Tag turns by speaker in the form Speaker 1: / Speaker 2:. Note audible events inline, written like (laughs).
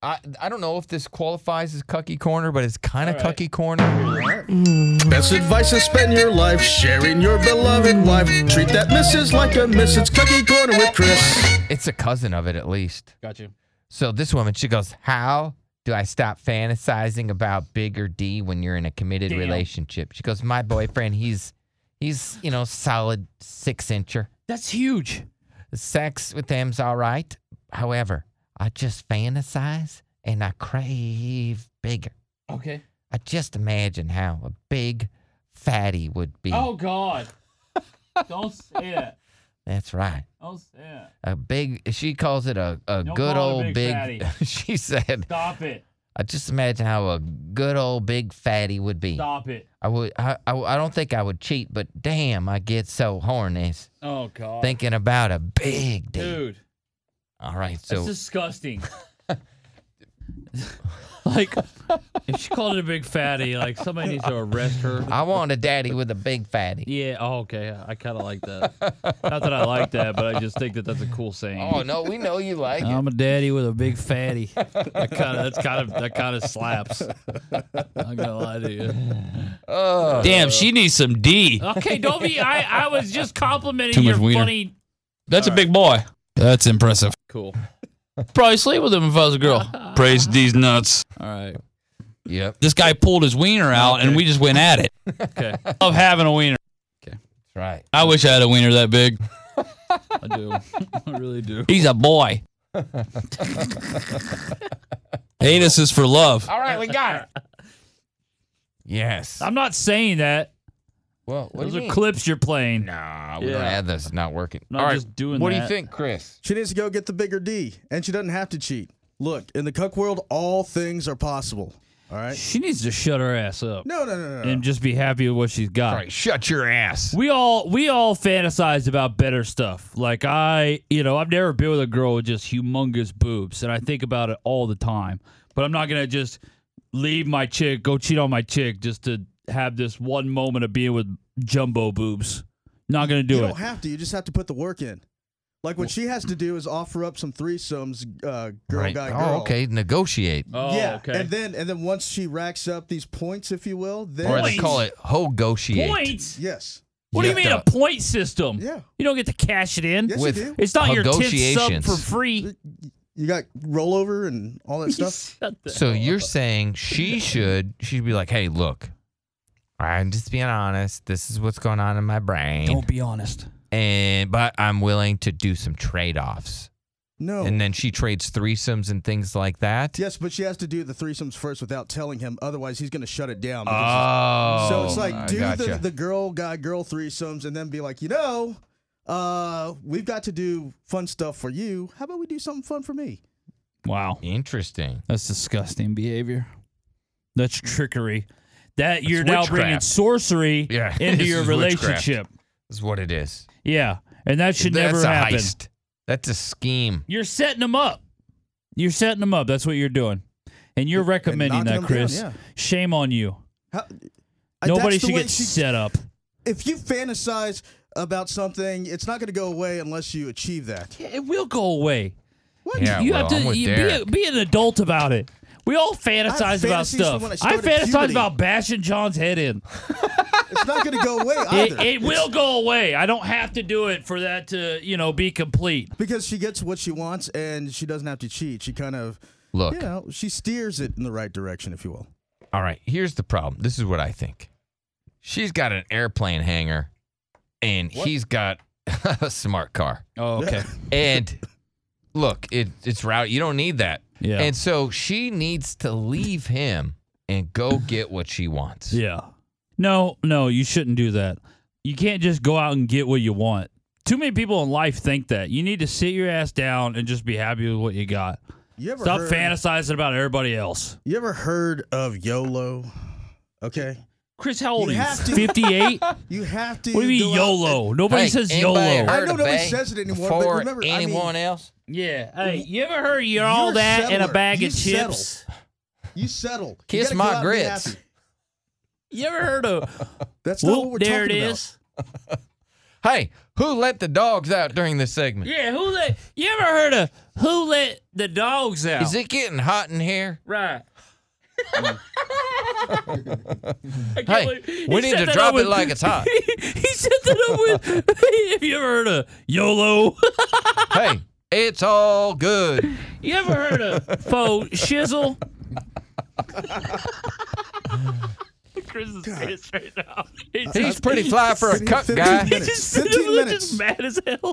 Speaker 1: I, I don't know if this qualifies as cucky corner, but it's kind of cucky corner.
Speaker 2: Best advice is spend your life sharing your beloved wife. Treat that missus like a miss. It's Cookie Corner with Chris.
Speaker 1: It's a cousin of it, at least.
Speaker 3: Gotcha.
Speaker 1: So this woman, she goes, How do I stop fantasizing about big or D when you're in a committed relationship? She goes, My boyfriend, he's he's, you know, solid six incher.
Speaker 3: That's huge.
Speaker 1: Sex with him's all right. However, I just fantasize and I crave bigger.
Speaker 3: (clears throat) Okay.
Speaker 1: I just imagine how a big fatty would be.
Speaker 3: Oh God. Don't say that.
Speaker 1: That's right.
Speaker 3: Don't say that.
Speaker 1: A big she calls it a, a
Speaker 3: Don't
Speaker 1: good
Speaker 3: call it
Speaker 1: old
Speaker 3: a
Speaker 1: big
Speaker 3: big
Speaker 1: (laughs) she said
Speaker 3: Stop it.
Speaker 1: I just imagine how a good old big fatty would be.
Speaker 3: Stop it.
Speaker 1: I would. I, I. I don't think I would cheat, but damn, I get so horny s-
Speaker 3: Oh God.
Speaker 1: thinking about a big dude.
Speaker 3: Dude,
Speaker 1: All right,
Speaker 3: that's
Speaker 1: so
Speaker 3: (laughs) disgusting. like, if she called it a big fatty, like somebody needs to arrest her.
Speaker 1: I want a daddy with a big
Speaker 3: (laughs)
Speaker 1: fatty.
Speaker 3: Yeah. Oh, okay. I kind of like that. Not that I like that, but I just think that that's a cool saying.
Speaker 1: Oh no, we know you like it.
Speaker 3: I'm a daddy with a big fatty. that kind of that's kind of that kind of slaps. (laughs) I'm gonna lie to you.
Speaker 4: Damn, she needs some D.
Speaker 3: Okay, don't be. I I was just complimenting
Speaker 4: Too much
Speaker 3: your
Speaker 4: wiener.
Speaker 3: funny.
Speaker 4: That's a big boy. That's impressive.
Speaker 3: Cool.
Speaker 4: (laughs) Probably sleep with him if I was a (laughs) girl. Praise these nuts.
Speaker 3: All right.
Speaker 1: Yep,
Speaker 4: This guy pulled his wiener out and we just went at it.
Speaker 2: (laughs)
Speaker 3: Okay.
Speaker 4: (laughs) Love having a wiener.
Speaker 1: that's right.
Speaker 4: I wish I had a wiener that big.
Speaker 3: I do. I really do.
Speaker 4: He's a (laughs) boy. Anus is for love.
Speaker 1: All right, we got it. Yes.
Speaker 3: I'm not saying that.
Speaker 1: Well, what
Speaker 3: Those
Speaker 1: do
Speaker 3: are
Speaker 1: you mean?
Speaker 3: clips you're playing.
Speaker 1: Nah, we don't
Speaker 3: Yeah.
Speaker 1: have this. Not working.
Speaker 3: Not
Speaker 1: All right,
Speaker 3: just doing
Speaker 1: What do you
Speaker 3: that.
Speaker 1: think, Chris?
Speaker 2: She needs to go get the bigger D, and she doesn't have to cheat. Look, in the cuck world, all things are possible. All right?
Speaker 3: She needs to shut her ass up
Speaker 2: No, no, no, no. no.
Speaker 3: and just be happy with what she's got.
Speaker 1: All right, shut your ass.
Speaker 3: We all we all fantasize about better stuff. Like I, you know, I've never been with a girl with just humongous boobs, and I think about it all the time. But I'm not gonna just leave my chick, go cheat on my chick, just to have this one moment of being with jumbo boobs. Not gonna do
Speaker 2: you
Speaker 3: it.
Speaker 2: don't have to. You just have to put the work in. Like what she has to do is offer up some threesomes, uh, girl,
Speaker 1: right.
Speaker 2: guy,
Speaker 1: oh,
Speaker 2: girl.
Speaker 1: okay. Negotiate,
Speaker 3: oh,
Speaker 2: yeah,
Speaker 3: okay.
Speaker 2: and then and then once she racks up these points, if you will, then
Speaker 1: or they
Speaker 3: Points.
Speaker 1: call it hogotiate.
Speaker 3: Points?
Speaker 2: yes,
Speaker 3: What do you
Speaker 1: Yeah.
Speaker 3: mean a point system?
Speaker 2: Yeah.
Speaker 3: You don't get to cash it in.
Speaker 2: yes,
Speaker 1: With-
Speaker 2: you do.
Speaker 3: It's not your tenth sub
Speaker 1: Negotiations.
Speaker 3: for free.
Speaker 2: You got rollover and all that stuff.
Speaker 3: (laughs) Shut the
Speaker 1: So
Speaker 3: hell
Speaker 1: you're
Speaker 3: up.
Speaker 1: saying she should she'd be like, hey, look, I'm just being honest. This is what's going on in my brain,
Speaker 3: don't be honest.
Speaker 1: and but I'm willing to do some trade offs.
Speaker 3: Oh.
Speaker 2: No.
Speaker 1: And then she trades threesomes and things like that.
Speaker 2: yes, but she has to do the threesomes first without telling him. Otherwise, he's going to shut it down.
Speaker 1: Oh,
Speaker 2: because- so it's like
Speaker 1: I
Speaker 2: do the,
Speaker 1: gotcha.
Speaker 2: the girl guy girl threesomes and then be like, you know, uh, we've got to do fun stuff for you. How about we do something fun for me?
Speaker 3: Wow.
Speaker 1: interesting.
Speaker 3: That's disgusting
Speaker 4: (laughs)
Speaker 3: behavior. That's trickery. That you're now bringing
Speaker 1: witchcraft.
Speaker 3: sorcery
Speaker 1: Yeah, (laughs)
Speaker 3: into
Speaker 1: this
Speaker 3: your
Speaker 1: is witchcraft.
Speaker 3: relationship.
Speaker 1: Is what it is.
Speaker 3: Yeah, and that should
Speaker 1: That's
Speaker 3: never
Speaker 1: a
Speaker 3: happen.
Speaker 1: heist. That's a scheme.
Speaker 3: You're setting them up. You're setting them up. That's what you're doing, and you're recommending
Speaker 2: knocking
Speaker 3: that,
Speaker 2: 'em down,
Speaker 3: Chris.
Speaker 2: yeah.
Speaker 3: Shame on you.
Speaker 2: How, I-
Speaker 3: Nobody
Speaker 2: that's the
Speaker 3: should
Speaker 2: way
Speaker 3: get
Speaker 2: she-
Speaker 3: set up.
Speaker 2: If you fantasize about something, it's not going to go away unless you achieve that.
Speaker 3: It will go away.
Speaker 2: What?
Speaker 1: Yeah,
Speaker 3: you
Speaker 1: well,
Speaker 3: have to
Speaker 1: I'm with
Speaker 3: you- be, a,
Speaker 1: Derek.
Speaker 3: be an adult about it. We all fantasize about
Speaker 2: fantasies from
Speaker 3: stuff.
Speaker 2: when I
Speaker 3: I
Speaker 2: started
Speaker 3: fantasize
Speaker 2: puberty.
Speaker 3: about bashing John's head in.
Speaker 2: It's not going to go away
Speaker 3: (laughs) It,
Speaker 2: either.
Speaker 3: it will go away. I don't have to do it for that to you know be complete.
Speaker 2: because she gets what she wants and she doesn't have to cheat. She kind of,
Speaker 1: Look,
Speaker 2: you know, she steers it in the right direction, if you will. (laughs)
Speaker 1: all right. Here's the problem. This is what I think. She's got an airplane hangar, and he's got (laughs) a smart car.
Speaker 3: Oh, okay.
Speaker 1: And look, it, it's route. You don't need that.
Speaker 3: Yeah.
Speaker 1: And so she needs to leave him and go get what she wants.
Speaker 3: yeah. No, no, you shouldn't do that. You can't just go out and get what you want. Too many people in life think that. You need to sit your ass down and just be happy with what you got.
Speaker 2: You ever
Speaker 3: Stop
Speaker 2: heard,
Speaker 3: fantasizing about everybody else.
Speaker 2: You ever heard of YOLO? Okay,
Speaker 3: Chris, how old
Speaker 2: You
Speaker 3: are
Speaker 2: have to-
Speaker 3: you?
Speaker 2: (laughs)
Speaker 3: 58?
Speaker 2: you have to.
Speaker 3: what do you mean
Speaker 2: go out
Speaker 3: YOLO? Nobody
Speaker 1: Hey,
Speaker 3: says
Speaker 1: anybody
Speaker 3: YOLO.
Speaker 1: heard
Speaker 2: I know
Speaker 1: of
Speaker 2: nobody
Speaker 1: Bang
Speaker 2: says it anymore, but
Speaker 1: Before
Speaker 2: remember, I mean-
Speaker 1: anyone else?
Speaker 3: Yeah. Hey, you ever heard you're
Speaker 2: You're
Speaker 3: all that in a
Speaker 2: settler.
Speaker 3: bag
Speaker 2: You
Speaker 3: of chips?
Speaker 2: and- You settle. You
Speaker 1: Kiss
Speaker 2: gotta
Speaker 1: my
Speaker 2: go out and be
Speaker 1: grits.
Speaker 2: happy.
Speaker 3: You ever heard of
Speaker 2: That's not what
Speaker 3: Whoop,
Speaker 2: we're
Speaker 3: there it
Speaker 2: talking about.
Speaker 3: is?
Speaker 1: Hey, who let the dogs out during this segment?
Speaker 3: Yeah, who they? You ever heard of Who let the dogs out?
Speaker 1: Is it getting hot in here?
Speaker 3: right? (laughs) I can't
Speaker 1: Hey,
Speaker 3: believe- he
Speaker 1: we need
Speaker 3: set
Speaker 1: to
Speaker 3: that
Speaker 1: drop
Speaker 3: up
Speaker 1: it
Speaker 3: with-
Speaker 1: like it's
Speaker 2: (laughs)
Speaker 1: hot.
Speaker 3: (laughs) he set that up with. have you ever heard of YOLO?
Speaker 1: hey, it's all good.
Speaker 3: you ever heard of faux shizzle? Chris is pissed right now. He's
Speaker 1: He's pretty fly for a
Speaker 2: Sitting here
Speaker 1: cuck
Speaker 2: 15
Speaker 1: guy.
Speaker 3: (laughs)
Speaker 2: minutes.
Speaker 3: just,
Speaker 2: 15
Speaker 3: he's
Speaker 2: minutes.
Speaker 3: just mad as hell.